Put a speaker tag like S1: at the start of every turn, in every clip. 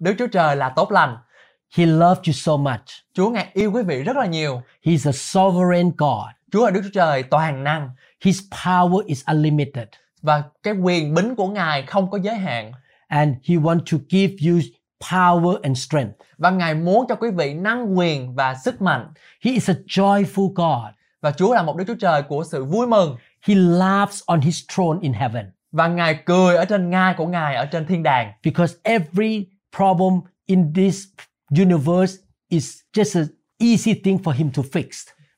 S1: Đức Chúa Trời là tốt lành.
S2: He loved you so much.
S1: Chúa ngài yêu quý vị rất là nhiều.
S2: He's a sovereign God.
S1: Chúa là Đức Chúa Trời toàn năng
S2: His power is unlimited.
S1: và cái quyền bính của ngài không có giới hạn
S2: And He wants to give you power and strength.
S1: và ngài muốn cho quý vị năng quyền và sức mạnh
S2: He is a joyful God.
S1: và Chúa là một Đức Chúa Trời của sự vui mừng
S2: He laughs on His throne in heaven
S1: và ngài cười ở trên ngai của ngài ở trên thiên đàng
S2: because every problem in this universe is just an easy thing for Him to fix.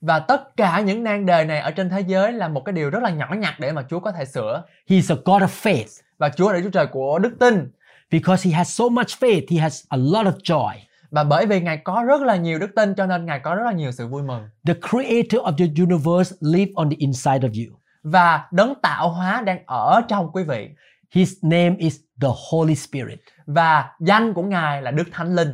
S1: và tất cả những nan đề này ở trên thế giới là một cái điều rất là nhỏ nhặt để mà Chúa có thể sửa
S2: He is a God of faith.
S1: và Chúa là Đức Chúa Trời của đức tin
S2: Because He has so much faith, He has a lot of joy.
S1: và bởi vì ngài có rất là nhiều đức tin cho nên ngài có rất là nhiều sự vui mừng
S2: The creator of the universe lives on the inside of you.
S1: và đấng tạo hóa đang ở trong quý vị
S2: His name is the Holy Spirit.
S1: và danh của ngài là Đức Thánh Linh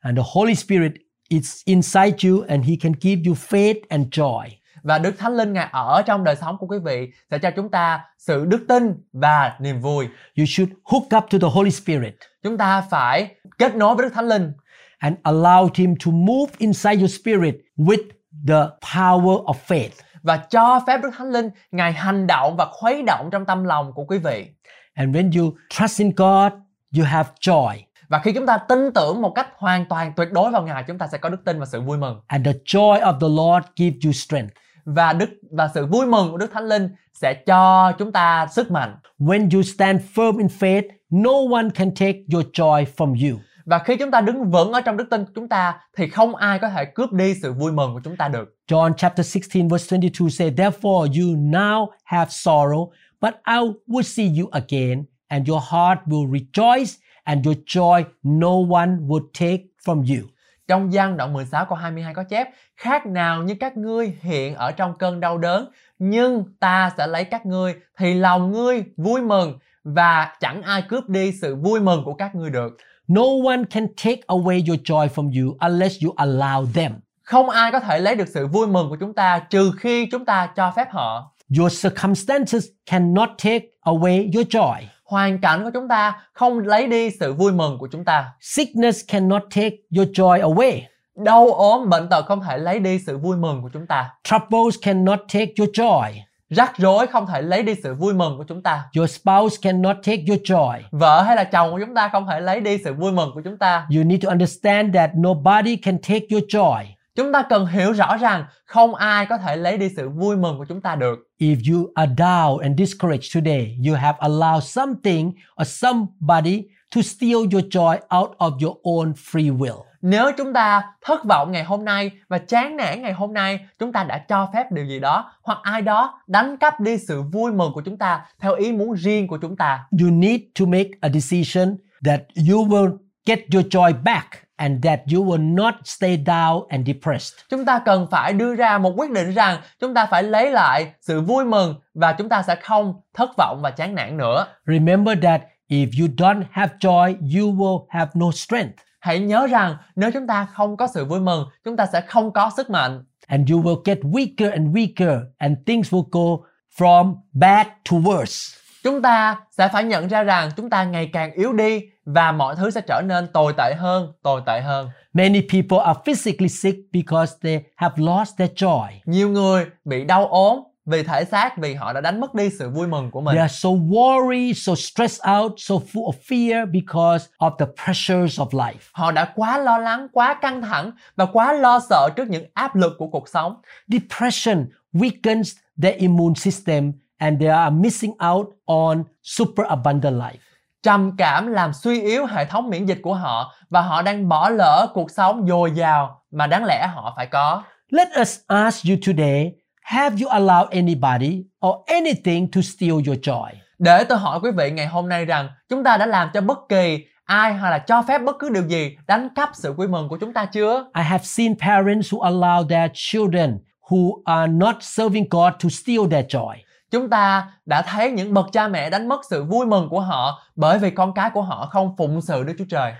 S2: And the Holy Spirit is inside you and he can give you faith and joy.
S1: và Đức Thánh Linh ngài ở trong đời sống của quý vị sẽ cho chúng ta sự đức tin và niềm vui.
S2: You should hook up to the Holy Spirit
S1: Chúng ta phải kết nối với Đức Thánh Linh
S2: and allow him to move inside your spirit with the power of faith.
S1: và cho phép Đức Thánh Linh ngài hành động và khuấy động trong tâm lòng của quý vị.
S2: And when you trust in God, you have joy.
S1: Và khi chúng ta tin tưởng một cách hoàn toàn tuyệt đối vào Ngài, chúng ta sẽ có đức tin và sự vui mừng.
S2: And the joy of the Lord gives you strength.
S1: Và đức và sự vui mừng của Đức Thánh Linh sẽ cho chúng ta sức mạnh.
S2: When you stand firm in faith, no one can take your joy from you.
S1: Và khi chúng ta đứng vững ở trong đức tin của chúng ta thì không ai có thể cướp đi sự vui mừng của chúng ta được.
S2: John chapter 16 verse 22 say, Therefore you now have sorrow, but I will see you again, and your heart will rejoice, and your joy no one will take from you.
S1: Trong gian đoạn 16 câu 22 có chép Khác nào như các ngươi hiện ở trong cơn đau đớn Nhưng ta sẽ lấy các ngươi Thì lòng ngươi vui mừng Và chẳng ai cướp đi sự vui mừng của các ngươi được
S2: No one can take away your joy from you unless you allow them.
S1: Không ai có thể lấy được sự vui mừng của chúng ta Trừ khi chúng ta cho phép họ
S2: Your circumstances cannot take away your joy.
S1: Hoàn cảnh của chúng ta không lấy đi sự vui mừng của chúng ta
S2: Sickness cannot take your joy away.
S1: Đau ốm bệnh tật không thể lấy đi sự vui mừng của chúng ta
S2: Troubles cannot take your joy.
S1: Rắc rối không thể lấy đi sự vui mừng của chúng ta
S2: Your spouse cannot take your joy.
S1: Vợ hay là chồng của chúng ta không thể lấy đi sự vui mừng của chúng ta
S2: You need to understand that nobody can take your joy.
S1: Chúng ta cần hiểu rõ rằng không ai có thể lấy đi sự vui mừng của chúng ta được.
S2: If you are down and discouraged today, you have allowed something or somebody to steal your joy out of your own free will.
S1: Nếu chúng ta thất vọng ngày hôm nay và chán nản ngày hôm nay, chúng ta đã cho phép điều gì đó hoặc ai đó đánh cắp đi sự vui mừng của chúng ta theo ý muốn riêng của chúng ta.
S2: You need to make a decision that you will get your joy back and that you will not stay down and depressed.
S1: Chúng ta cần phải đưa ra một quyết định rằng chúng ta phải lấy lại sự vui mừng và chúng ta sẽ không thất vọng và chán nản nữa.
S2: Remember that if you don't have joy, you will have no strength
S1: Hãy nhớ rằng nếu chúng ta không có sự vui mừng, chúng ta sẽ không có sức mạnh
S2: and you will get weaker and weaker and things will go from bad to worse.
S1: chúng ta sẽ phải nhận ra rằng chúng ta ngày càng yếu đi và mọi thứ sẽ trở nên tồi tệ hơn, tồi tệ hơn.
S2: Many people are physically sick because they have lost their joy.
S1: Nhiều người bị đau ốm vì thể xác vì họ đã đánh mất đi sự vui mừng của mình.
S2: They are so worried, so stressed out, so full of fear because of the pressures of life.
S1: Họ đã quá lo lắng, quá căng thẳng và quá lo sợ trước những áp lực của cuộc sống.
S2: Depression weakens their immune system and they are missing out on superabundant life.
S1: Trầm cảm làm suy yếu hệ thống miễn dịch của họ và họ đang bỏ lỡ cuộc sống dồi dào mà đáng lẽ họ phải có.
S2: Let us ask you today have you allowed anybody or anything to steal your joy?
S1: Để tôi hỏi quý vị ngày hôm nay rằng chúng ta đã làm cho bất kỳ ai hoặc là cho phép bất cứ điều gì đánh cắp sự vui mừng của chúng ta chưa
S2: I have seen parents who allow their children who are not serving God to steal their joy.
S1: chúng ta đã thấy những bậc cha mẹ đánh mất sự vui mừng của họ bởi vì con cái của họ không phụng sự Đức Chúa Trời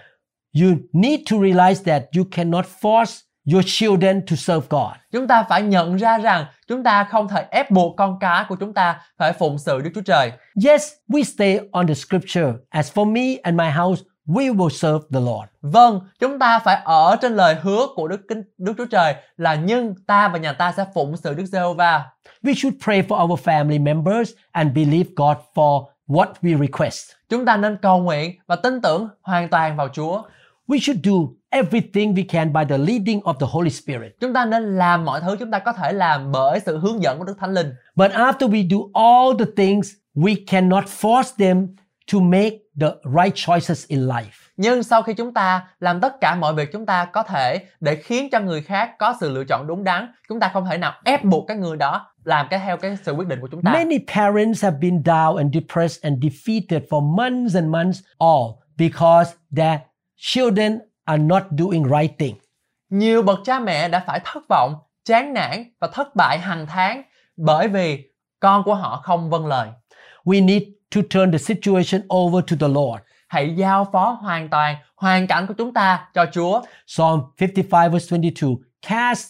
S2: You need to realize that you cannot force your children to serve God.
S1: chúng ta phải nhận ra rằng chúng ta không thể ép buộc con cái của chúng ta phải phụng sự Đức Chúa Trời
S2: Yes, we stay on the scripture. As for me and my house, we will serve the Lord.
S1: Vâng, chúng ta phải ở trên lời hứa của Đức Kinh Đức Chúa Trời là nhưng ta và nhà ta sẽ phụng sự Đức Giê-hô-va.
S2: We should pray for our family members and believe God for what we request.
S1: Chúng ta nên cầu nguyện và tin tưởng hoàn toàn vào Chúa.
S2: We should do everything we can by the leading of the Holy Spirit.
S1: Chúng ta nên làm mọi thứ chúng ta có thể làm bởi sự hướng dẫn của Đức Thánh Linh.
S2: But after we do all the things, we cannot force them to make the right choices in life.
S1: Nhưng sau khi chúng ta làm tất cả mọi việc chúng ta có thể để khiến cho người khác có sự lựa chọn đúng đắn, chúng ta không thể nào ép buộc cái người đó làm cái theo cái sự quyết định của chúng ta.
S2: Many parents have been down and depressed and defeated for months and months, all because their children are not doing right thing.
S1: Nhiều bậc cha mẹ đã phải thất vọng, chán nản và thất bại hàng tháng bởi vì con của họ không vâng lời.
S2: We need to turn the situation over to the Lord.
S1: Hãy giao phó hoàn toàn hoàn cảnh của chúng ta cho Chúa.
S2: Psalm 55 verse 22 Cast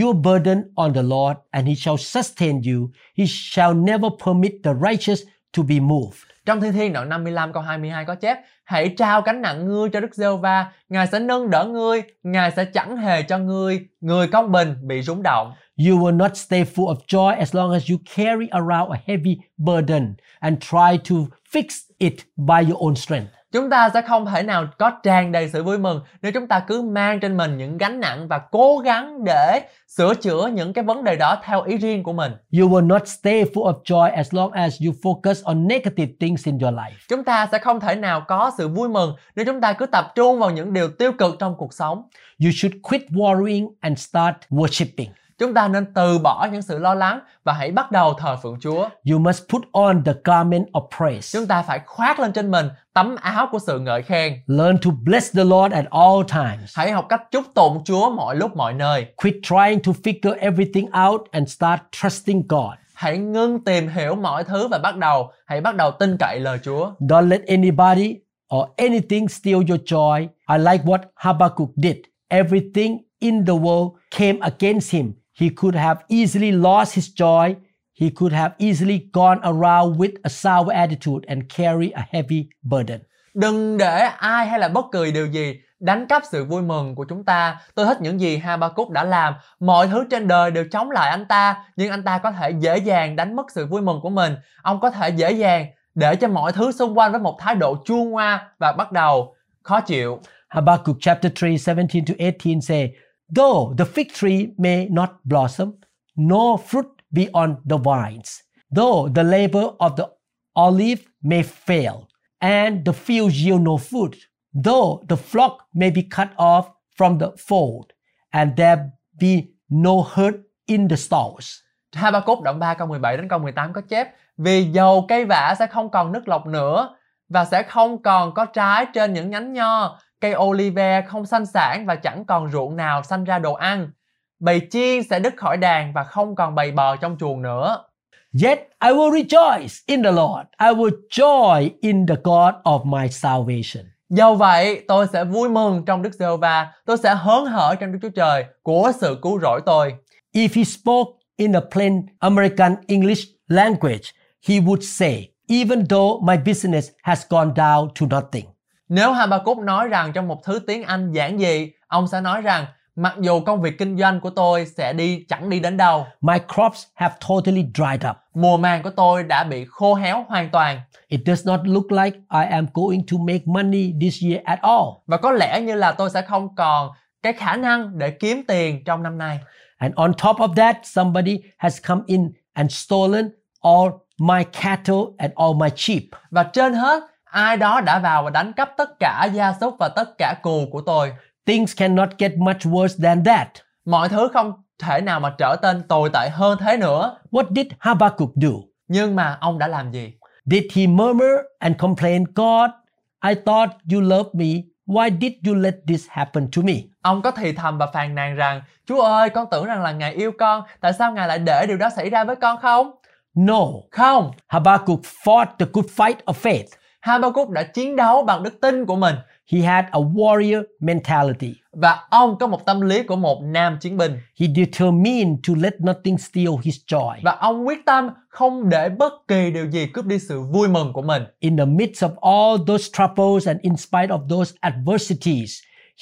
S2: your burden on the Lord, and he shall sustain you. He shall never permit the righteous to be moved.
S1: Trong Thi Thiên đoạn 55 câu 22 có chép: Hãy trao gánh nặng ngươi cho Đức Giê-hô-va, Ngài sẽ nâng đỡ ngươi, Ngài sẽ chẳng hề cho ngươi người công bình bị rúng động.
S2: You will not stay full of joy as long as you carry around a heavy burden and try to fix it by your own strength.
S1: Chúng ta sẽ không thể nào có tràn đầy sự vui mừng nếu chúng ta cứ mang trên mình những gánh nặng và cố gắng để sửa chữa những cái vấn đề đó theo ý riêng của mình.
S2: You will not stay full of joy as long as you focus on negative things in your life.
S1: Chúng ta sẽ không thể nào có sự vui mừng nếu chúng ta cứ tập trung vào những điều tiêu cực trong cuộc sống.
S2: You should quit worrying and start worshiping.
S1: Chúng ta nên từ bỏ những sự lo lắng và hãy bắt đầu thờ phượng Chúa.
S2: You must put on the garment of praise.
S1: Chúng ta phải khoác lên trên mình tấm áo của sự ngợi khen.
S2: Learn to bless the Lord at all times.
S1: Hãy học cách chúc tụng Chúa mọi lúc mọi nơi.
S2: Quit trying to figure everything out and start trusting God.
S1: Hãy ngưng tìm hiểu mọi thứ và bắt đầu hãy bắt đầu tin cậy lời Chúa.
S2: Don't let anybody or anything steal your joy. I like what Habakkuk did. Everything in the world came against him. He could have easily lost his joy. He could have easily gone around with a sour attitude and carry a heavy burden.
S1: Đừng để ai hay là bất kỳ điều gì đánh cắp sự vui mừng của chúng ta. Tôi thích những gì Habakkuk đã làm. Mọi thứ trên đời đều chống lại anh ta, nhưng anh ta có thể dễ dàng đánh mất sự vui mừng của mình. Ông có thể dễ dàng để cho mọi thứ xung quanh với một thái độ chua ngoa và bắt đầu khó chịu.
S2: Habakkuk chapter 3, 17 to 18 say, Though the fig tree may not blossom, nor fruit be on the vines, though the labor of the olive may fail, and the field yield no food, though the flock may be cut off from the fold, and there be no herd in the stalls.
S1: Habakkuk đoạn 3 câu 17 đến câu 18 có chép Vì dầu cây vả sẽ không còn nước lọc nữa và sẽ không còn có trái trên những nhánh nho cây olive không sanh sản và chẳng còn ruộng nào sanh ra đồ ăn bầy chiên sẽ đứt khỏi đàn và không còn bày bò trong chuồng nữa
S2: Yet I will rejoice in the Lord. I will joy in the God of my salvation.
S1: Do vậy tôi sẽ vui mừng trong Đức Giê-hô-va tôi sẽ hớn hở trong Đức Chúa Trời của sự cứu rỗi tôi
S2: If he spoke in a plain American English language, he would say, even though my business has gone down to nothing,
S1: Nếu Habakkuk nói rằng trong một thứ tiếng Anh giản dị, ông sẽ nói rằng mặc dù công việc kinh doanh của tôi sẽ đi chẳng đi đến đâu,
S2: my crops have totally dried up.
S1: mùa màng của tôi đã bị khô héo hoàn toàn
S2: It does not look like I am going to make money this year at all.
S1: và có lẽ như là tôi sẽ không còn cái khả năng để kiếm tiền trong năm nay.
S2: And on top of that, somebody has come in and stolen all my cattle and all my sheep.
S1: Và trên hết, ai đó đã vào và đánh cắp tất cả gia súc và tất cả cừu của tôi.
S2: Things cannot get much worse than that.
S1: Mọi thứ không thể nào mà trở nên tồi tệ hơn thế nữa.
S2: What did Habakkuk do?
S1: Nhưng mà ông đã làm gì?
S2: Did he murmur and complain, God, I thought you loved me. Why did you let this happen to me?
S1: Ông có thì thầm và phàn nàn rằng Chúa ơi con tưởng rằng là Ngài yêu con Tại sao Ngài lại để điều đó xảy ra với con không?
S2: No.
S1: Không
S2: Habakkuk fought the good fight of faith.
S1: Habakkuk đã chiến đấu bằng đức tin của mình
S2: He had a warrior mentality.
S1: Và ông có một tâm lý của một nam chiến binh
S2: He determined to let nothing steal his joy.
S1: Và ông quyết tâm không để bất kỳ điều gì cướp đi sự vui mừng của mình
S2: In the midst of all those troubles and in spite of those adversities,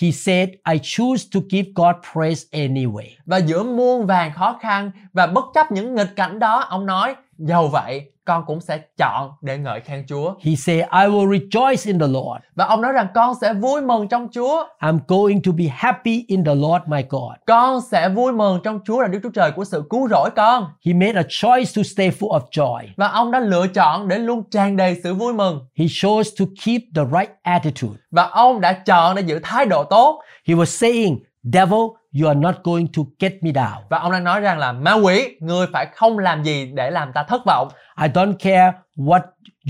S2: he said, I choose to give God praise anyway.
S1: Và giữa muôn vàng khó khăn Và bất chấp những nghịch cảnh đó Ông nói Dầu vậy con cũng sẽ chọn để ngợi khen Chúa
S2: He said, I will rejoice in the Lord.
S1: Và ông nói rằng con sẽ vui mừng trong Chúa
S2: I'm going to be happy in the Lord my God.
S1: Con sẽ vui mừng trong Chúa là Đức Chúa Trời của sự cứu rỗi con
S2: He made a choice to stay full of joy.
S1: Và ông đã lựa chọn để luôn tràn đầy sự vui mừng
S2: He chose to keep the right attitude.
S1: Và ông đã chọn để giữ thái độ tốt
S2: He was saying, Devil, you are not going to get me down.
S1: Và ông đang nói rằng là ma quỷ Ngươi phải không làm gì để làm ta thất vọng
S2: I don't care what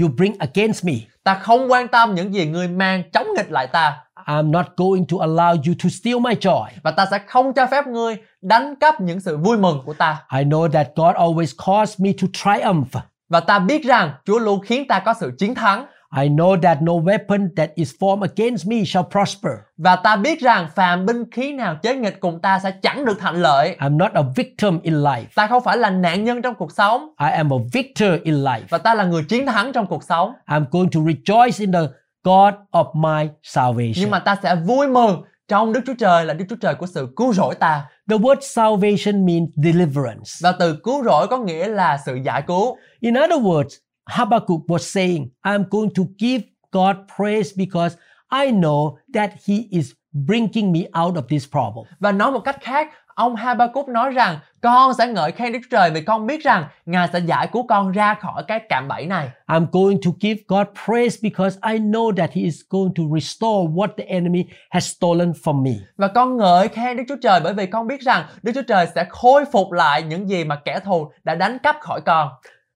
S2: you bring against me.
S1: Ta không quan tâm những gì ngươi mang chống nghịch lại ta
S2: I'm not going to allow you to steal my joy.
S1: Và ta sẽ không cho phép ngươi đánh cắp những sự vui mừng của ta
S2: I know that God always caused me to triumph.
S1: Và ta biết rằng Chúa luôn khiến ta có sự chiến thắng
S2: I know that no weapon that is formed against me shall prosper.
S1: Và ta biết rằng phàm binh khí nào chế nghịch cùng ta sẽ chẳng được thành lợi
S2: I'm not a victim in life.
S1: Ta không phải là nạn nhân trong cuộc sống
S2: I am a victor in life.
S1: Và ta là người chiến thắng trong cuộc sống
S2: I'm going to rejoice in the God of my salvation.
S1: Nhưng mà ta sẽ vui mừng trong Đức Chúa Trời là Đức Chúa Trời của sự cứu rỗi ta
S2: The word salvation means deliverance.
S1: Và từ cứu rỗi có nghĩa là sự giải cứu
S2: In other words, Habakkuk was saying, I'm going to give God praise because I know that He is bringing me out of this problem.
S1: Và nói một cách khác Ông Habakkuk nói rằng Con sẽ ngợi khen Đức Chúa Trời vì con biết rằng Ngài sẽ giải cứu con ra khỏi cái cạm bẫy này
S2: I'm going to give God praise because I know that He is going to restore what the enemy has stolen from me.
S1: Và con ngợi khen Đức Chúa Trời bởi vì con biết rằng Đức Chúa Trời sẽ khôi phục lại những gì mà kẻ thù đã đánh cắp khỏi con.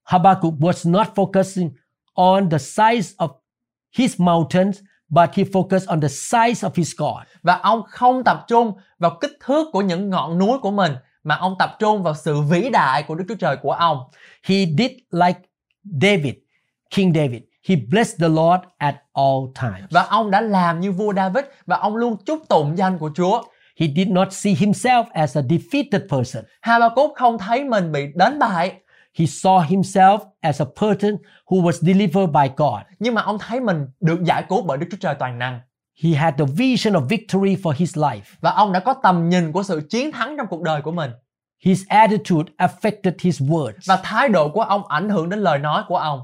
S2: Habakkuk was not focusing on the size of his mountains, but he focused on the size of his God.
S1: Và ông không tập trung vào kích thước của những ngọn núi của mình mà ông tập trung vào sự vĩ đại của Đức Chúa Trời của ông.
S2: He did like David, King David. He blessed the Lord at all times.
S1: Và ông đã làm như vua David và ông luôn chúc tụng danh của Chúa.
S2: He did not see himself as a defeated person.
S1: Habakkuk không thấy mình bị đánh bại,
S2: He saw himself as a person who was delivered by God.
S1: nhưng mà ông thấy mình được giải cứu bởi Đức Chúa Trời toàn năng.
S2: He had the vision of victory for his life.
S1: Và ông đã có tầm nhìn của sự chiến thắng trong cuộc đời của mình.
S2: His attitude affected his words.
S1: Và thái độ của ông ảnh hưởng đến lời nói của ông.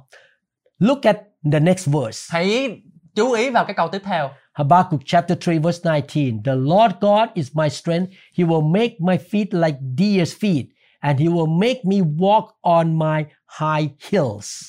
S2: Look at the next verse.
S1: Hãy chú ý vào cái câu tiếp theo.
S2: Habakkuk chapter 3 verse 19. The Lord God is my strength. He will make my feet like deer's feet and he will make me walk on my high hills.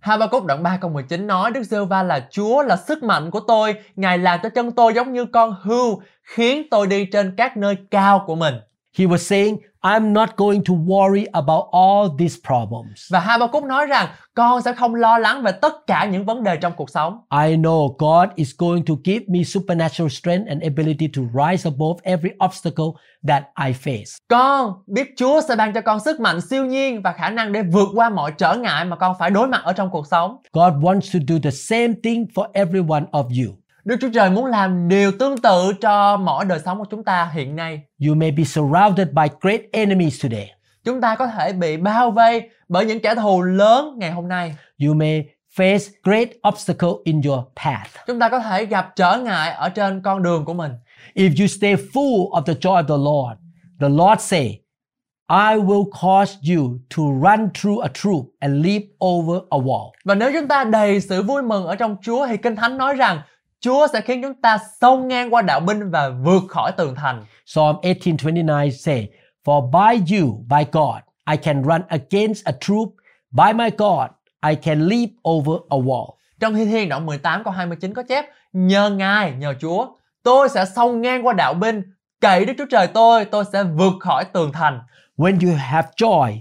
S1: Habakkuk đoạn 3 câu 19 nói Đức giê va là Chúa là sức mạnh của tôi Ngài làm cho chân tôi giống như con hươu Khiến tôi đi trên các nơi cao của mình
S2: He was saying, I'm not going to worry about all these problems.
S1: Và Habakkuk nói rằng Con sẽ không lo lắng về tất cả những vấn đề trong cuộc sống
S2: I know God is going to give me supernatural strength and ability to rise above every obstacle that I face.
S1: Con biết Chúa sẽ ban cho con sức mạnh siêu nhiên Và khả năng để vượt qua mọi trở ngại Mà con phải đối mặt ở trong cuộc sống
S2: God wants to do the same thing for every one of you.
S1: Đức Chúa Trời muốn làm điều tương tự cho mỗi đời sống của chúng ta hiện nay
S2: You may be surrounded by great enemies today.
S1: Chúng ta có thể bị bao vây bởi những kẻ thù lớn ngày hôm nay
S2: You may face great obstacle in your path.
S1: chúng ta có thể gặp trở ngại ở trên con đường của mình
S2: If you stay full of the joy of the Lord, the Lord say, I will cause you to run through a troop and leap over a wall.
S1: và nếu chúng ta đầy sự vui mừng ở trong Chúa thì Kinh Thánh nói rằng Chúa sẽ khiến chúng ta xông ngang qua đạo binh và vượt khỏi tường thành.
S2: Psalm 18:29 say, "For by you, by God, I can run against a troop; by my God, I can leap over a wall."
S1: Trong Thi Thiên đoạn 18 câu 29 có chép Nhờ Ngài, nhờ Chúa, tôi sẽ xông ngang qua đạo binh, cậy Đức Chúa Trời tôi, tôi sẽ vượt khỏi tường thành.
S2: When you have joy,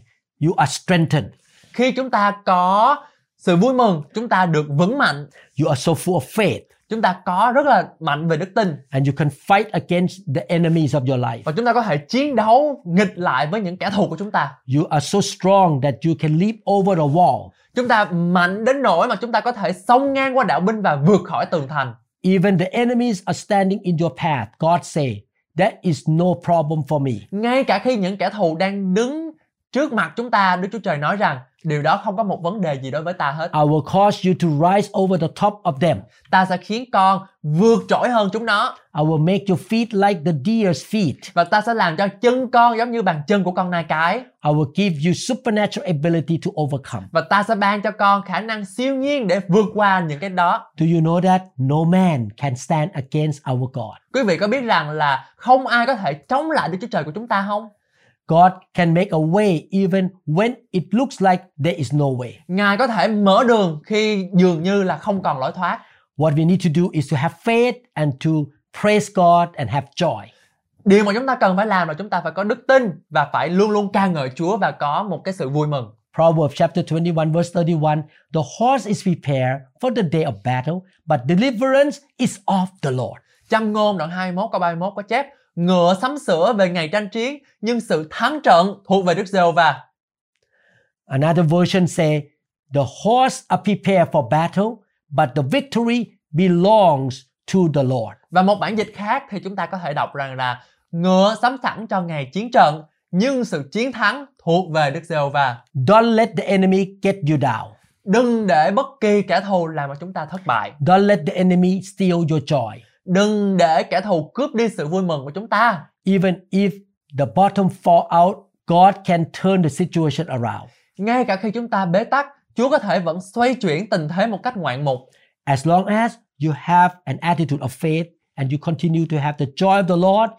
S2: you are strengthened.
S1: Khi chúng ta có sự vui mừng, chúng ta được vững mạnh,
S2: You are so full of faith.
S1: chúng ta có rất là mạnh về đức tin
S2: and you can fight against the enemies of your life.
S1: và chúng ta có thể chiến đấu nghịch lại với những kẻ thù của chúng ta
S2: You are so strong that you can leap over the wall.
S1: chúng ta mạnh đến nỗi mà chúng ta có thể xông ngang qua đạo binh và vượt khỏi tường thành
S2: Even the enemies are standing in your path. God say, that is no problem for me.
S1: ngay cả khi những kẻ thù đang đứng trước mặt chúng ta đức chúa trời nói rằng điều đó không có một vấn đề gì đối với ta hết
S2: I will cause you to rise over the top of them.
S1: ta sẽ khiến con vượt trội hơn chúng nó
S2: I will make your feet like the deer's feet.
S1: và ta sẽ làm cho chân con giống như bàn chân của con nai cái
S2: I will give you supernatural ability to overcome.
S1: và ta sẽ ban cho con khả năng siêu nhiên để vượt qua những cái đó
S2: Do you know that no man can stand against our God?
S1: quý vị có biết rằng là không ai có thể chống lại đức chúa trời của chúng ta không
S2: God can make a way even when it looks like there is no way.
S1: ngài có thể mở đường khi dường như là không còn lối thoát
S2: What we need to do is to have faith and to praise God and have joy.
S1: điều mà chúng ta cần phải làm là chúng ta phải có đức tin và phải luôn luôn ca ngợi chúa và có một cái sự vui mừng
S2: Proverbs chapter 21 verse 31 The horse is prepared for the day of battle, but deliverance is of the Lord.
S1: Châm ngôn đoạn 21 câu 31 có chép Ngựa sắm sửa về ngày tranh chiến Nhưng sự thắng trận thuộc về Đức giê và
S2: Another version say the horse are prepared for battle, but the victory belongs to the Lord.
S1: Và một bản dịch khác thì chúng ta có thể đọc rằng là Ngựa sắm sẵn cho ngày chiến trận Nhưng sự chiến thắng thuộc về Đức giê và
S2: Don't let the enemy get you down.
S1: Đừng để bất kỳ kẻ thù làm cho chúng ta thất bại
S2: Don't let the enemy steal your joy.
S1: Đừng để kẻ thù cướp đi sự vui mừng của chúng ta
S2: Even if the bottom fall out, God can turn the situation around.
S1: Ngay cả khi chúng ta bế tắc Chúa có thể vẫn xoay chuyển tình thế một cách ngoạn mục
S2: As long as you have an attitude of faith and you continue to have the joy of the Lord,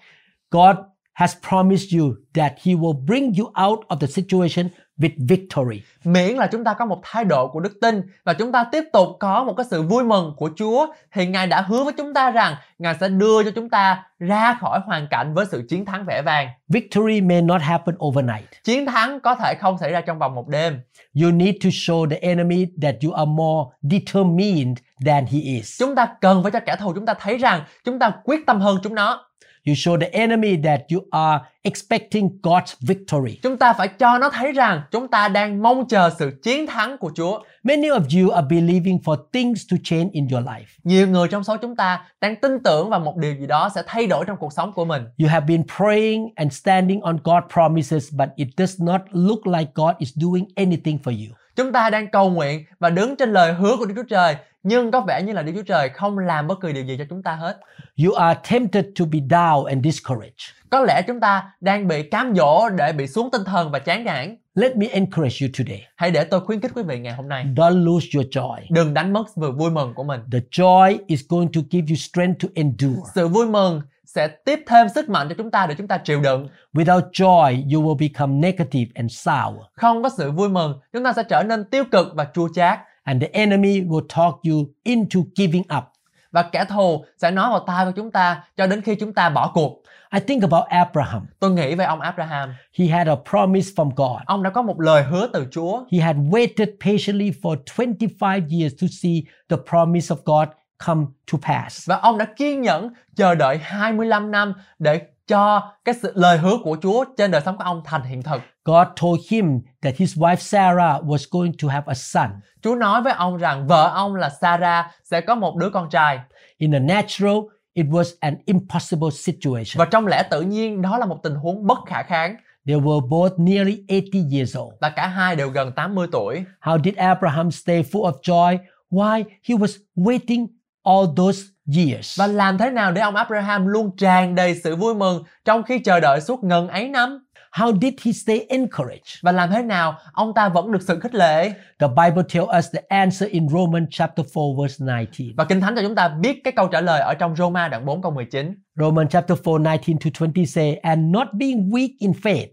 S2: God has promised you that He will bring you out of the situation with victory.
S1: miễn là chúng ta có một thái độ của đức tin và chúng ta tiếp tục có một cái sự vui mừng của Chúa thì Ngài đã hứa với chúng ta rằng Ngài sẽ đưa cho chúng ta ra khỏi hoàn cảnh với sự chiến thắng vẻ vang.
S2: Victory may not happen overnight.
S1: Chiến thắng có thể không xảy ra trong vòng một đêm.
S2: You need to show the enemy that you are more determined than he is.
S1: Chúng ta cần phải cho kẻ thù chúng ta thấy rằng chúng ta quyết tâm hơn chúng nó.
S2: You show the enemy that you are expecting God's victory.
S1: Chúng ta phải cho nó thấy rằng chúng ta đang mong chờ sự chiến thắng của Chúa.
S2: Many of you are believing for things to change in your life.
S1: Nhiều người trong số chúng ta đang tin tưởng vào một điều gì đó sẽ thay đổi trong cuộc sống của mình.
S2: You have been praying and standing on God's promises, but it does not look like God is doing anything for you.
S1: Chúng ta đang cầu nguyện và đứng trên lời hứa của Đức Chúa Trời nhưng có vẻ như là Đức Chúa Trời không làm bất kỳ điều gì cho chúng ta hết.
S2: You are tempted to be down and discouraged.
S1: Có lẽ chúng ta đang bị cám dỗ để bị xuống tinh thần và chán nản.
S2: Let me encourage you today.
S1: Hãy để tôi khuyến khích quý vị ngày hôm nay.
S2: Don't lose your joy.
S1: Đừng đánh mất sự vui mừng của mình.
S2: The joy is going to give you strength to endure.
S1: Sự vui mừng sẽ tiếp thêm sức mạnh cho chúng ta để chúng ta chịu đựng.
S2: Without joy, you will become negative and sour,
S1: Không có sự vui mừng, chúng ta sẽ trở nên tiêu cực và chua chát.
S2: and the enemy will talk you into giving up.
S1: Và kẻ thù sẽ nói vào tai của chúng ta cho đến khi chúng ta bỏ cuộc.
S2: I think about Abraham.
S1: Tôi nghĩ về ông Abraham.
S2: He had a promise from God.
S1: Ông đã có một lời hứa từ Chúa.
S2: He had waited patiently for 25 years to see the promise of God come to pass.
S1: Và ông đã kiên nhẫn chờ đợi 25 năm để cho cái sự lời hứa của Chúa trên đời sống của ông thành hiện thực.
S2: God told him that his wife Sarah was going to have a son.
S1: Chúa nói với ông rằng vợ ông là Sarah sẽ có một đứa con trai.
S2: In the natural, it was an impossible
S1: Và
S2: situation.
S1: trong lẽ tự nhiên đó là một tình huống bất khả kháng
S2: They were both nearly 80 years old.
S1: và cả hai đều gần 80 tuổi.
S2: How did Abraham stay full of joy? Why? He was waiting all those years.
S1: Và làm thế nào để ông Abraham luôn tràn đầy sự vui mừng trong khi chờ đợi suốt ngần ấy năm?
S2: How did he stay encouraged?
S1: Và làm thế nào ông ta vẫn được sự khích lệ?
S2: The Bible tells us the answer in Romans chapter 4 verse 19.
S1: Và Kinh Thánh cho chúng ta biết cái câu trả lời ở trong Roma đoạn 4 câu 19.
S2: Romans chapter 4 19 to 20 say, And not being weak in faith,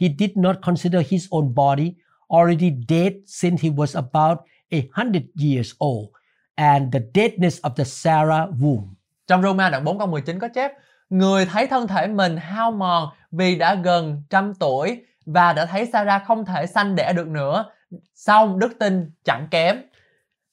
S2: he did not consider his own body already dead since he was about a hundred years old and the deadness of the Sarah womb.
S1: Trong Roma đoạn 4 câu 19 có chép Người thấy thân thể mình hao mòn vì đã gần trăm tuổi và đã thấy Sarah không thể sanh đẻ được nữa. Xong đức tin chẳng kém.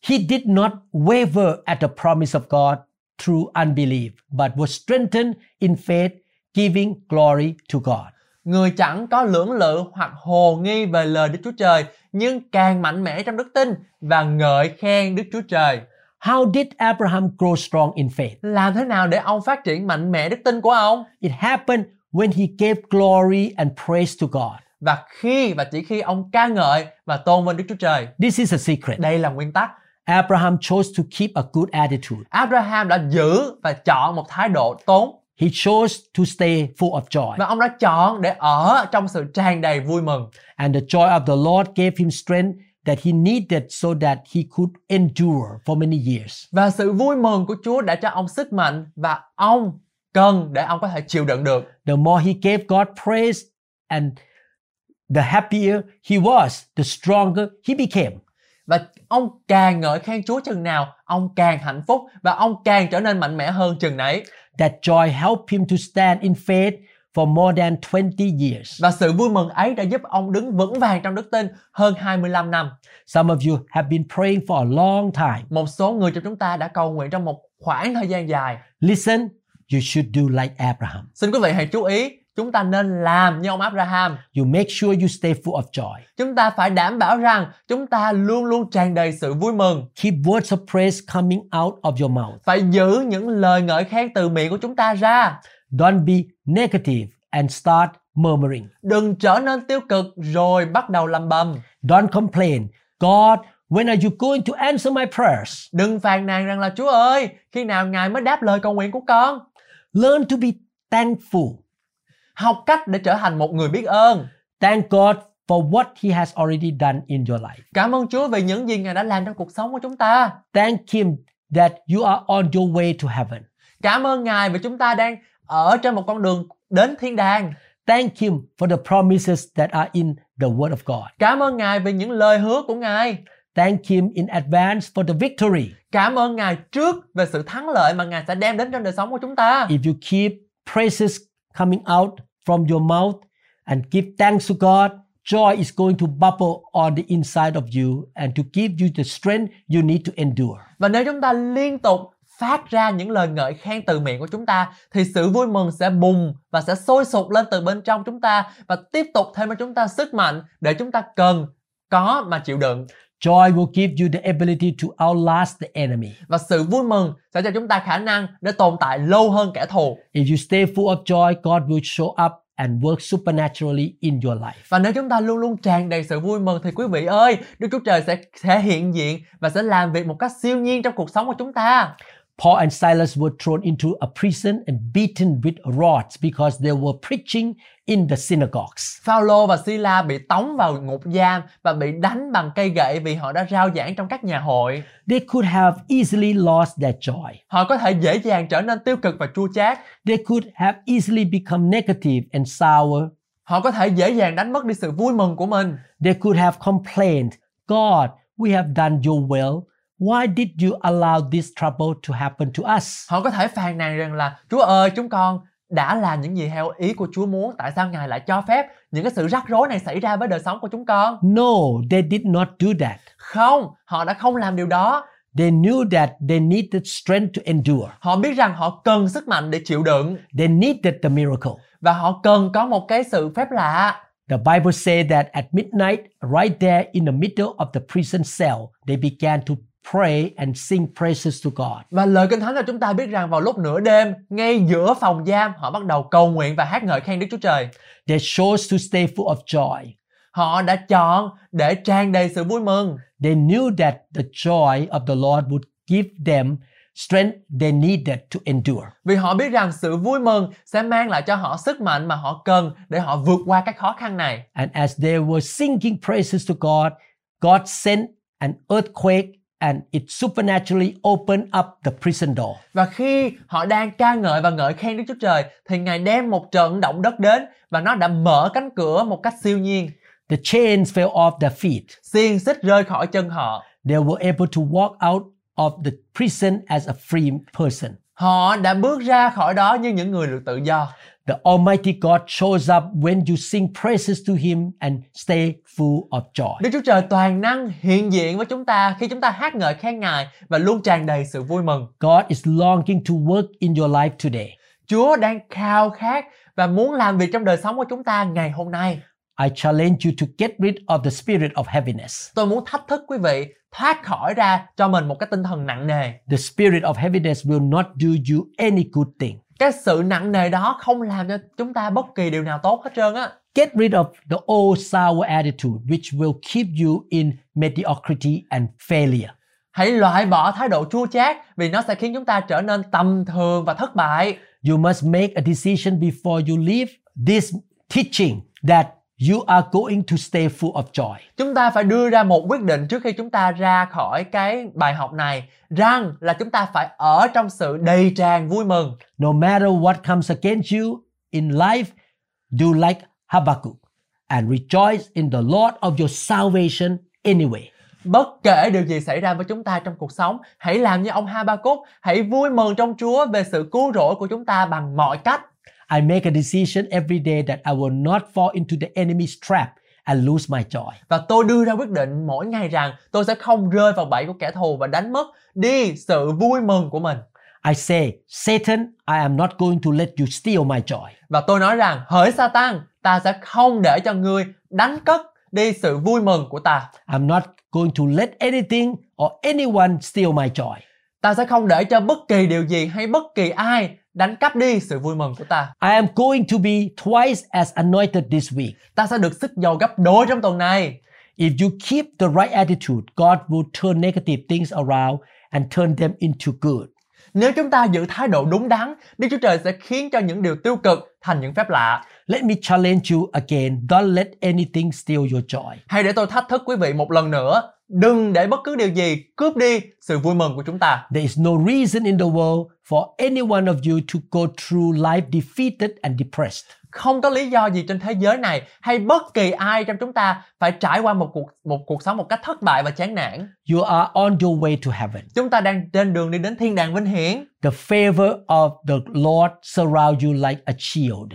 S2: He did not waver at the promise of God through unbelief, but was strengthened in faith, giving glory to God.
S1: Người chẳng có lưỡng lự hoặc hồ nghi về lời Đức Chúa Trời, nhưng càng mạnh mẽ trong đức tin và ngợi khen Đức Chúa Trời.
S2: How did Abraham grow strong in faith?
S1: Làm thế nào để ông phát triển mạnh mẽ đức tin của ông?
S2: It happened when he gave glory and praise to God.
S1: Và khi và chỉ khi ông ca ngợi và tôn vinh Đức Chúa Trời.
S2: This is a secret.
S1: Đây là nguyên tắc.
S2: Abraham chose to keep a good attitude.
S1: Abraham đã giữ và chọn một thái độ tốn
S2: He chose to stay full of joy.
S1: và ông đã chọn để ở trong sự tràn đầy vui mừng.
S2: And the joy of the Lord gave him strength that he needed so that he could endure for many years.
S1: Và sự vui mừng của Chúa đã cho ông sức mạnh và ông cần để ông có thể chịu đựng được.
S2: The more he gave God praise and the happier he was, the stronger he became.
S1: Và ông càng ngợi khen Chúa chừng nào, ông càng hạnh phúc và ông càng trở nên mạnh mẽ hơn chừng nấy.
S2: That joy helped him to stand in faith for more than 20 years.
S1: Và sự vui mừng ấy đã giúp ông đứng vững vàng trong đức tin hơn 25 năm.
S2: Some of you have been praying for a long time.
S1: Một số người trong chúng ta đã cầu nguyện trong một khoảng thời gian dài.
S2: Listen, you should do like Abraham.
S1: Xin quý vị hãy chú ý, chúng ta nên làm như ông Abraham.
S2: You make sure you stay full of joy.
S1: Chúng ta phải đảm bảo rằng chúng ta luôn luôn tràn đầy sự vui mừng.
S2: Keep words of praise coming out of your mouth.
S1: Phải giữ những lời ngợi khen từ miệng của chúng ta ra.
S2: Don't be negative and start murmuring.
S1: Đừng trở nên tiêu cực rồi bắt đầu lầm bầm.
S2: Don't complain. God, when are you going to answer my prayers?
S1: Đừng phàn nàn rằng là Chúa ơi, khi nào Ngài mới đáp lời cầu nguyện của con?
S2: Learn to be thankful.
S1: Học cách để trở thành một người biết ơn.
S2: Thank God for what He has already done in your life.
S1: Cảm ơn Chúa vì những gì Ngài đã làm trong cuộc sống của chúng ta.
S2: Thank Him that you are on your way to heaven.
S1: Cảm ơn Ngài vì chúng ta đang ở trên một con đường đến thiên đàng.
S2: Thank Him for the promises that are in the Word of God.
S1: Cảm ơn Ngài vì những lời hứa của Ngài.
S2: Thank Him in advance for the victory.
S1: Cảm ơn Ngài trước về sự thắng lợi mà Ngài sẽ đem đến trong đời sống của chúng ta.
S2: If you keep praises coming out from your mouth and give thanks to God, joy is going to bubble on the inside of you and to give you the strength you need to endure.
S1: Và nếu chúng ta liên tục phát ra những lời ngợi khen từ miệng của chúng ta thì sự vui mừng sẽ bùng và sẽ sôi sục lên từ bên trong chúng ta và tiếp tục thêm cho chúng ta sức mạnh để chúng ta cần có mà chịu đựng
S2: Joy will give you the ability to outlast the enemy.
S1: và sự vui mừng sẽ cho chúng ta khả năng để tồn tại lâu hơn kẻ thù
S2: If you stay full of joy, God will show up and work supernaturally in your life.
S1: và nếu chúng ta luôn luôn tràn đầy sự vui mừng thì quý vị ơi Đức Chúa Trời sẽ sẽ hiện diện và sẽ làm việc một cách siêu nhiên trong cuộc sống của chúng ta
S2: Paul and Silas were thrown into a prison and beaten with rods because they were preaching in the synagogues.
S1: Phaolô và Sila bị tống vào ngục giam và bị đánh bằng cây gậy vì họ đã rao giảng trong các nhà hội
S2: They could have easily lost their joy.
S1: họ có thể dễ dàng trở nên tiêu cực và chua chát
S2: They could have easily become negative and sour.
S1: họ có thể dễ dàng đánh mất đi sự vui mừng của mình
S2: They could have complained, God, we have done your will. Why did you allow this trouble to happen to us?
S1: họ có thể phàn nàn rằng là chúa ơi chúng con đã làm những gì theo ý của chúa muốn tại sao ngài lại cho phép những cái sự rắc rối này xảy ra với đời sống của chúng con
S2: No, they did not do that.
S1: không họ đã không làm điều đó
S2: They knew that they needed strength to endure.
S1: họ biết rằng họ cần sức mạnh để chịu đựng
S2: They needed the miracle.
S1: và họ cần có một cái sự phép lạ
S2: The Bible says that at midnight, right there in the middle of the prison cell, they began to pray and sing praises to God.
S1: và lời kinh thánh cho chúng ta biết rằng vào lúc nửa đêm ngay giữa phòng giam họ bắt đầu cầu nguyện và hát ngợi khen đức chúa trời
S2: They chose to stay full of joy.
S1: họ đã chọn để tràn đầy sự vui mừng
S2: They knew that the joy of the Lord would give them strength they needed to endure.
S1: vì họ biết rằng sự vui mừng sẽ mang lại cho họ sức mạnh mà họ cần để họ vượt qua các khó khăn này
S2: And as they were singing praises to God, God sent an earthquake and it supernaturally opened up the prison door.
S1: và khi họ đang ca ngợi và ngợi khen đức chúa trời thì ngài đem một trận động đất đến và nó đã mở cánh cửa một cách siêu nhiên
S2: The chains fell off their feet.
S1: xiên xích rơi khỏi chân họ
S2: They were able to walk out of the prison as a free person.
S1: họ đã bước ra khỏi đó như những người được tự do
S2: The Almighty God shows up when you sing praises to Him and stay full of joy.
S1: Đức Chúa Trời toàn năng hiện diện với chúng ta khi chúng ta hát ngợi khen Ngài và luôn tràn đầy sự vui mừng.
S2: God is longing to work in your life today.
S1: Chúa đang khao khát và muốn làm việc trong đời sống của chúng ta ngày hôm nay.
S2: I challenge you to get rid of the spirit of heaviness.
S1: Tôi muốn thách thức quý vị thoát khỏi ra cho mình một cái tinh thần nặng nề.
S2: The spirit of heaviness will not do you any good thing.
S1: Cái sự nặng nề đó không làm cho chúng ta bất kỳ điều nào tốt hết trơn á.
S2: Get rid of the old sour attitude which will keep you in mediocrity and failure.
S1: Hãy loại bỏ thái độ chua chát vì nó sẽ khiến chúng ta trở nên tầm thường và thất bại.
S2: You must make a decision before you leave this teaching that you are going to stay full of joy.
S1: Chúng ta phải đưa ra một quyết định trước khi chúng ta ra khỏi cái bài học này rằng là chúng ta phải ở trong sự đầy tràn vui mừng.
S2: No matter what comes against you in life, do like Habakkuk and rejoice in the Lord of your salvation anyway.
S1: Bất kể điều gì xảy ra với chúng ta trong cuộc sống, hãy làm như ông Habakkuk, hãy vui mừng trong Chúa về sự cứu rỗi của chúng ta bằng mọi cách.
S2: I make a decision every day that I will not fall into the enemy's trap and lose my joy.
S1: Và tôi đưa ra quyết định mỗi ngày rằng tôi sẽ không rơi vào bẫy của kẻ thù và đánh mất đi sự vui mừng của mình.
S2: I say, Satan, I am not going to let you steal my joy.
S1: Và tôi nói rằng, hỡi Satan, ta sẽ không để cho ngươi đánh cất đi sự vui mừng của ta.
S2: I'm not going to let anything or anyone steal my joy.
S1: Ta sẽ không để cho bất kỳ điều gì hay bất kỳ ai đánh cắp đi sự vui mừng của ta.
S2: I am going to be twice as anointed this week.
S1: Ta sẽ được sức giàu gấp đôi trong tuần này.
S2: If you keep the right attitude, God will turn negative things around and turn them into good.
S1: Nếu chúng ta giữ thái độ đúng đắn, Đức Chúa Trời sẽ khiến cho những điều tiêu cực thành những phép lạ.
S2: Let me challenge you again. Don't let anything steal your joy.
S1: Hay để tôi thách thức quý vị một lần nữa, đừng để bất cứ điều gì cướp đi sự vui mừng của chúng ta.
S2: There is no reason in the world for any one of you to go through life defeated and depressed.
S1: Không có lý do gì trên thế giới này hay bất kỳ ai trong chúng ta phải trải qua một cuộc một cuộc sống một cách thất bại và chán nản.
S2: You are on your way to heaven.
S1: Chúng ta đang trên đường đi đến thiên đàng vinh hiển.
S2: The favor of the Lord surround you like a shield.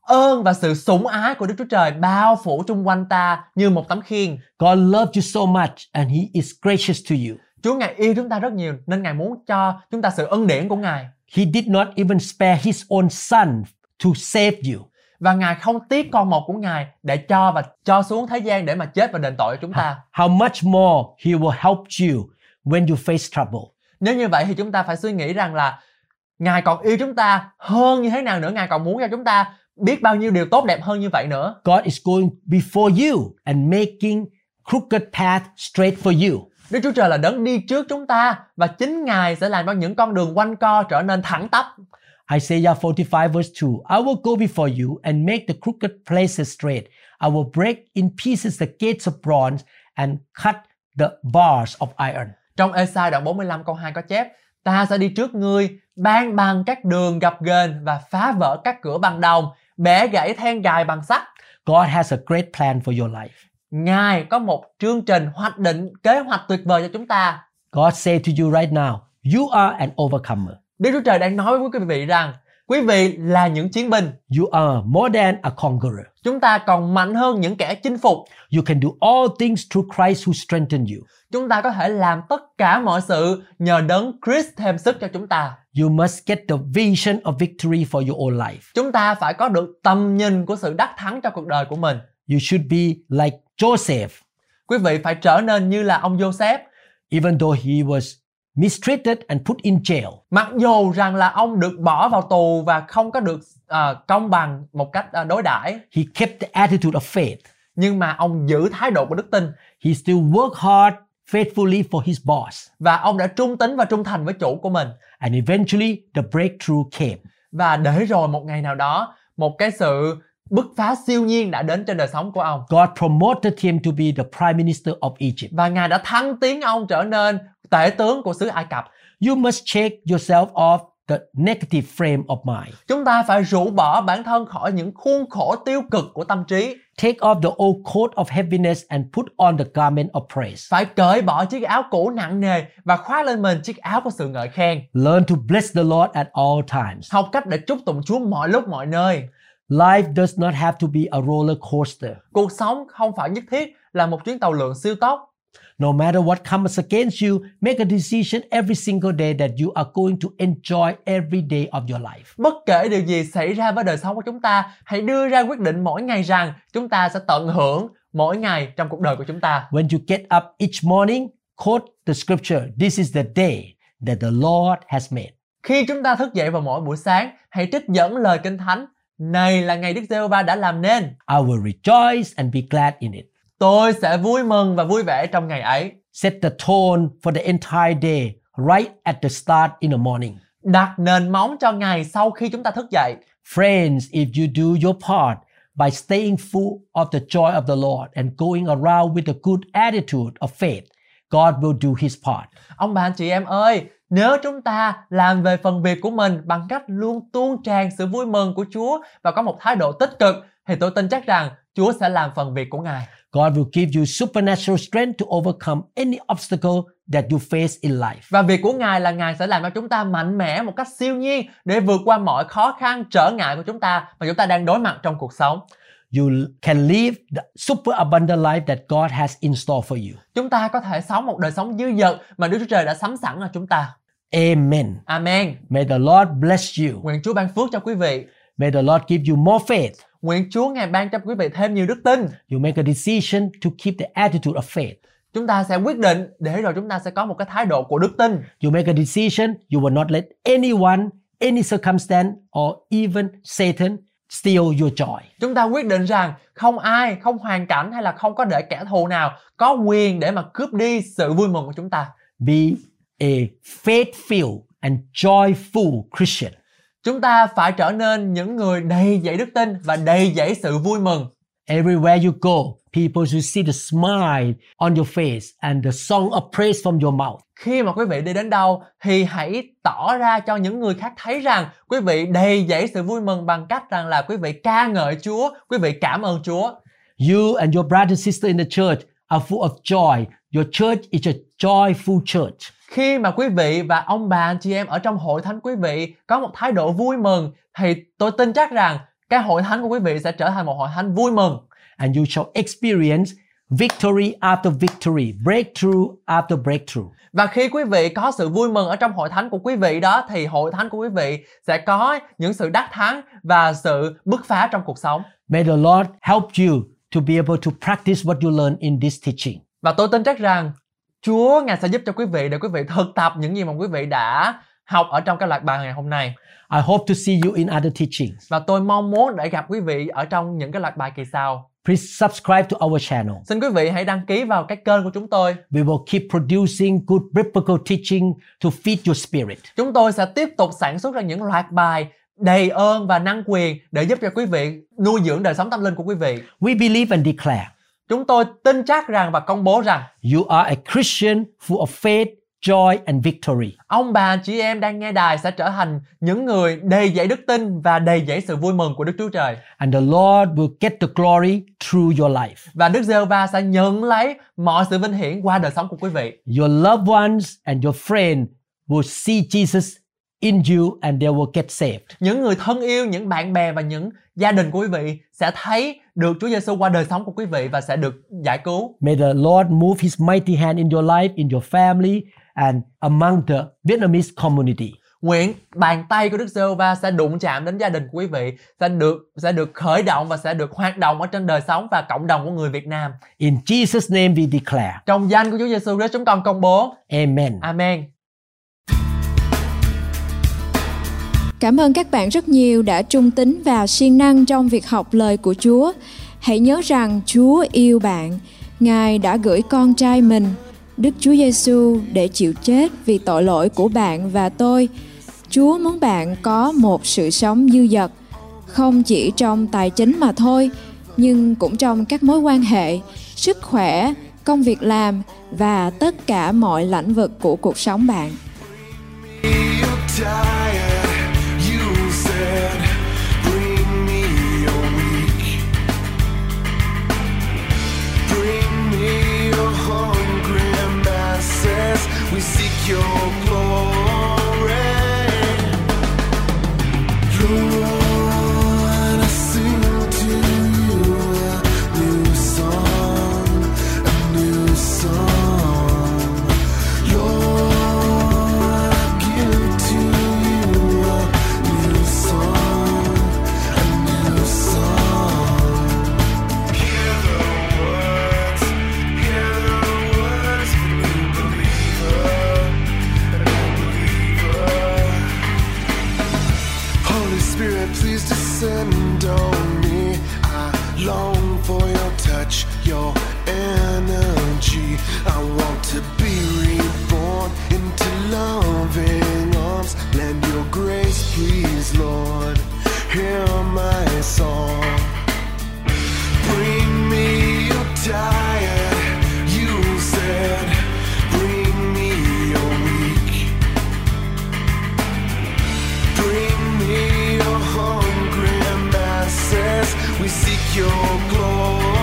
S1: Ơn và sự sủng ái của Đức Chúa Trời bao phủ chung quanh ta như một tấm khiên.
S2: God loves you so much and he is gracious to you.
S1: Chúa Ngài yêu chúng ta rất nhiều nên Ngài muốn cho chúng ta sự ân điển của Ngài.
S2: He did not even spare his own son to save you.
S1: Và Ngài không tiếc con một của Ngài để cho và cho xuống thế gian để mà chết và đền tội cho chúng ta.
S2: How much more he will help you when you face trouble.
S1: Nếu như vậy thì chúng ta phải suy nghĩ rằng là Ngài còn yêu chúng ta hơn như thế nào nữa, Ngài còn muốn cho chúng ta biết bao nhiêu điều tốt đẹp hơn như vậy nữa.
S2: God is going before you and making crooked path straight for you.
S1: Đức Chúa Trời là đấng đi trước chúng ta và chính Ngài sẽ làm cho những con đường quanh co trở nên thẳng tắp.
S2: Isaiah 45 verse 2 I will go before you and make the crooked places straight. I will break in pieces the gates of bronze and cut the bars of iron.
S1: Trong Esai đoạn 45 câu 2 có chép Ta sẽ đi trước ngươi, ban bằng các đường gập ghềnh và phá vỡ các cửa bằng đồng, bẻ gãy then gài bằng sắt.
S2: God has a great plan for your life.
S1: Ngài có một chương trình hoạch định, kế hoạch tuyệt vời cho chúng ta.
S2: God say to you right now, you are an overcomer.
S1: Đức Chúa Trời đang nói với quý vị rằng quý vị là những chiến binh,
S2: You are more than a conqueror.
S1: chúng ta còn mạnh hơn những kẻ chinh phục.
S2: You can do all things through Christ who strengthened you.
S1: Chúng ta có thể làm tất cả mọi sự nhờ đấng Chris thêm sức cho chúng ta.
S2: You must get the vision of victory for your own life.
S1: Chúng ta phải có được tầm nhìn của sự đắc thắng trong cuộc đời của mình.
S2: You should be like Joseph.
S1: Quý vị phải trở nên như là ông Joseph.
S2: Even though he was mistreated and put in jail,
S1: Mặc dù rằng là ông được bỏ vào tù và không có được à, công bằng một cách à, đối đãi,
S2: he kept the attitude of faith.
S1: nhưng mà ông giữ thái độ của đức tin
S2: He still worked hard faithfully for his boss.
S1: và ông đã trung tín và trung thành với chủ của mình.
S2: And eventually, the breakthrough came.
S1: Và để rồi một ngày nào đó, một cái sự bứt phá siêu nhiên đã đến trên đời sống của ông.
S2: God promoted him to be the prime minister of Egypt.
S1: Và Ngài đã thăng tiến ông trở nên tể tướng của xứ Ai Cập.
S2: You must check yourself off the negative frame of mind.
S1: Chúng ta phải rũ bỏ bản thân khỏi những khuôn khổ tiêu cực của tâm trí,
S2: Take off the old coat of heaviness and put on the garment of praise.
S1: phải cởi bỏ chiếc áo cũ nặng nề và khoác lên mình chiếc áo của sự ngợi khen.
S2: Learn to bless the Lord at all times.
S1: Học cách để chúc tụng Chúa mọi lúc mọi nơi.
S2: Life does not have to be a roller coaster.
S1: Cuộc sống không phải nhất thiết là một chuyến tàu lượn siêu tốc.
S2: No matter what comes against you, make a decision every single day that you are going to enjoy every day of your life.
S1: Bất kể điều gì xảy ra với đời sống của chúng ta, hãy đưa ra quyết định mỗi ngày rằng chúng ta sẽ tận hưởng mỗi ngày trong cuộc đời của chúng ta.
S2: When you get up each morning, quote the scripture This is the day that the Lord has made.
S1: Khi chúng ta thức dậy vào mỗi buổi sáng, hãy trích dẫn lời Kinh Thánh. Này là ngày Đức giê va đã làm nên.
S2: I will rejoice and be glad in it.
S1: Tôi sẽ vui mừng và vui vẻ trong ngày ấy.
S2: Set the tone for the entire day right at the start in the morning.
S1: Đặt nền móng cho ngày sau khi chúng ta thức dậy.
S2: Friends, if you do your part by staying full of the joy of the Lord and going around with a good attitude of faith, God will do his part.
S1: Ông bà anh chị em ơi, nếu chúng ta làm về phần việc của mình bằng cách luôn tuôn tràn sự vui mừng của Chúa và có một thái độ tích cực thì tôi tin chắc rằng Chúa sẽ làm phần việc của Ngài.
S2: God will give you supernatural strength to overcome any obstacle that you face in life.
S1: Và việc của Ngài là Ngài sẽ làm cho chúng ta mạnh mẽ một cách siêu nhiên để vượt qua mọi khó khăn, trở ngại của chúng ta mà chúng ta đang đối mặt trong cuộc sống.
S2: You can live the super abundant life that God has in store for you.
S1: Chúng ta có thể sống một đời sống dư dật mà Đức Chúa Trời đã sắm sẵn cho chúng ta.
S2: Amen.
S1: Amen.
S2: May the Lord bless you.
S1: Nguyện Chúa ban phước cho quý vị.
S2: May the Lord give you more faith.
S1: Nguyện Chúa Ngài ban cho quý vị thêm nhiều đức tin.
S2: You make a decision to keep the attitude of faith.
S1: Chúng ta sẽ quyết định để rồi chúng ta sẽ có một cái thái độ của đức tin.
S2: You make a decision you will not let anyone, any circumstance, or even Satan steal your joy.
S1: Chúng ta quyết định rằng không ai, không hoàn cảnh hay là không có để kẻ thù nào có quyền để mà cướp đi sự vui mừng của chúng ta.
S2: Be a faith-filled and joyful Christian.
S1: Chúng ta phải trở nên những người đầy dẫy đức tin và đầy dẫy sự vui mừng.
S2: Everywhere you go, people should see the smile on your face and the song of praise from your mouth.
S1: Khi mà quý vị đi đến đâu thì hãy tỏ ra cho những người khác thấy rằng quý vị đầy dẫy sự vui mừng bằng cách rằng là quý vị ca ngợi Chúa, quý vị cảm ơn Chúa.
S2: You and your brother and sister in the church are full of joy. Your church is a joyful church.
S1: Khi mà quý vị và ông bà anh chị em ở trong hội thánh quý vị có một thái độ vui mừng thì tôi tin chắc rằng cái hội thánh của quý vị sẽ trở thành một hội thánh vui mừng.
S2: And you shall experience victory after victory, breakthrough after breakthrough.
S1: Và khi quý vị có sự vui mừng ở trong hội thánh của quý vị đó thì hội thánh của quý vị sẽ có những sự đắc thắng và sự bứt phá trong cuộc sống.
S2: May the Lord help you to be able to practice what you learn in this teaching.
S1: Và tôi tin chắc rằng Chúa Ngài sẽ giúp cho quý vị để quý vị thực tập những gì mà quý vị đã học ở trong cái loạt bài ngày hôm nay.
S2: I hope to see you in other teachings.
S1: Và tôi mong muốn để gặp quý vị ở trong những cái loạt bài kỳ sau.
S2: Please subscribe to our channel.
S1: Xin quý vị hãy đăng ký vào cái kênh của chúng tôi.
S2: We will keep producing good biblical teaching to feed your spirit.
S1: Chúng tôi sẽ tiếp tục sản xuất ra những loạt bài đầy ơn và năng quyền để giúp cho quý vị nuôi dưỡng đời sống tâm linh của quý vị.
S2: We believe and declare
S1: Chúng tôi tin chắc rằng và công bố rằng
S2: you are a Christian full of faith, joy, and victory.
S1: ông bà chị em đang nghe đài sẽ trở thành những người đầy dẫy đức tin và đầy dẫy sự vui mừng của Đức Chúa Trời
S2: And the Lord will get the glory through your life.
S1: và Đức giê va sẽ nhận lấy mọi sự vinh hiển qua đời sống của quý vị.
S2: Your loved ones and your friend will see Jesus in you and they will get saved.
S1: Những người thân yêu, những bạn bè và những gia đình của quý vị sẽ thấy được Chúa Giêsu qua đời sống của quý vị và sẽ được giải cứu.
S2: May the Lord move His mighty hand in your life, in your family, and among the Vietnamese community.
S1: Nguyện bàn tay của Đức giê va sẽ đụng chạm đến gia đình của quý vị, sẽ được sẽ được khởi động và sẽ được hoạt động ở trên đời sống và cộng đồng của người Việt Nam.
S2: In Jesus' name we declare.
S1: Trong danh của Chúa Giêsu Christ chúng con công bố.
S2: Amen.
S1: Amen.
S3: Cảm ơn các bạn rất nhiều đã trung tín và siêng năng trong việc học lời của Chúa. Hãy nhớ rằng Chúa yêu bạn. Ngài đã gửi con trai mình, Đức Chúa Giêsu để chịu chết vì tội lỗi của bạn và tôi. Chúa muốn bạn có một sự sống dư dật, không chỉ trong tài chính mà thôi, nhưng cũng trong các mối quan hệ, sức khỏe, công việc làm và tất cả mọi lĩnh vực của cuộc sống bạn.
S4: You're tired. Spirit, please descend on me. I long for your touch, your energy. I want to be reborn into loving arms. Lend your grace, please, Lord. Hear my song. Bring me your diet, you said. Bring me your weak. Bring me your hungry masses. We seek your glory.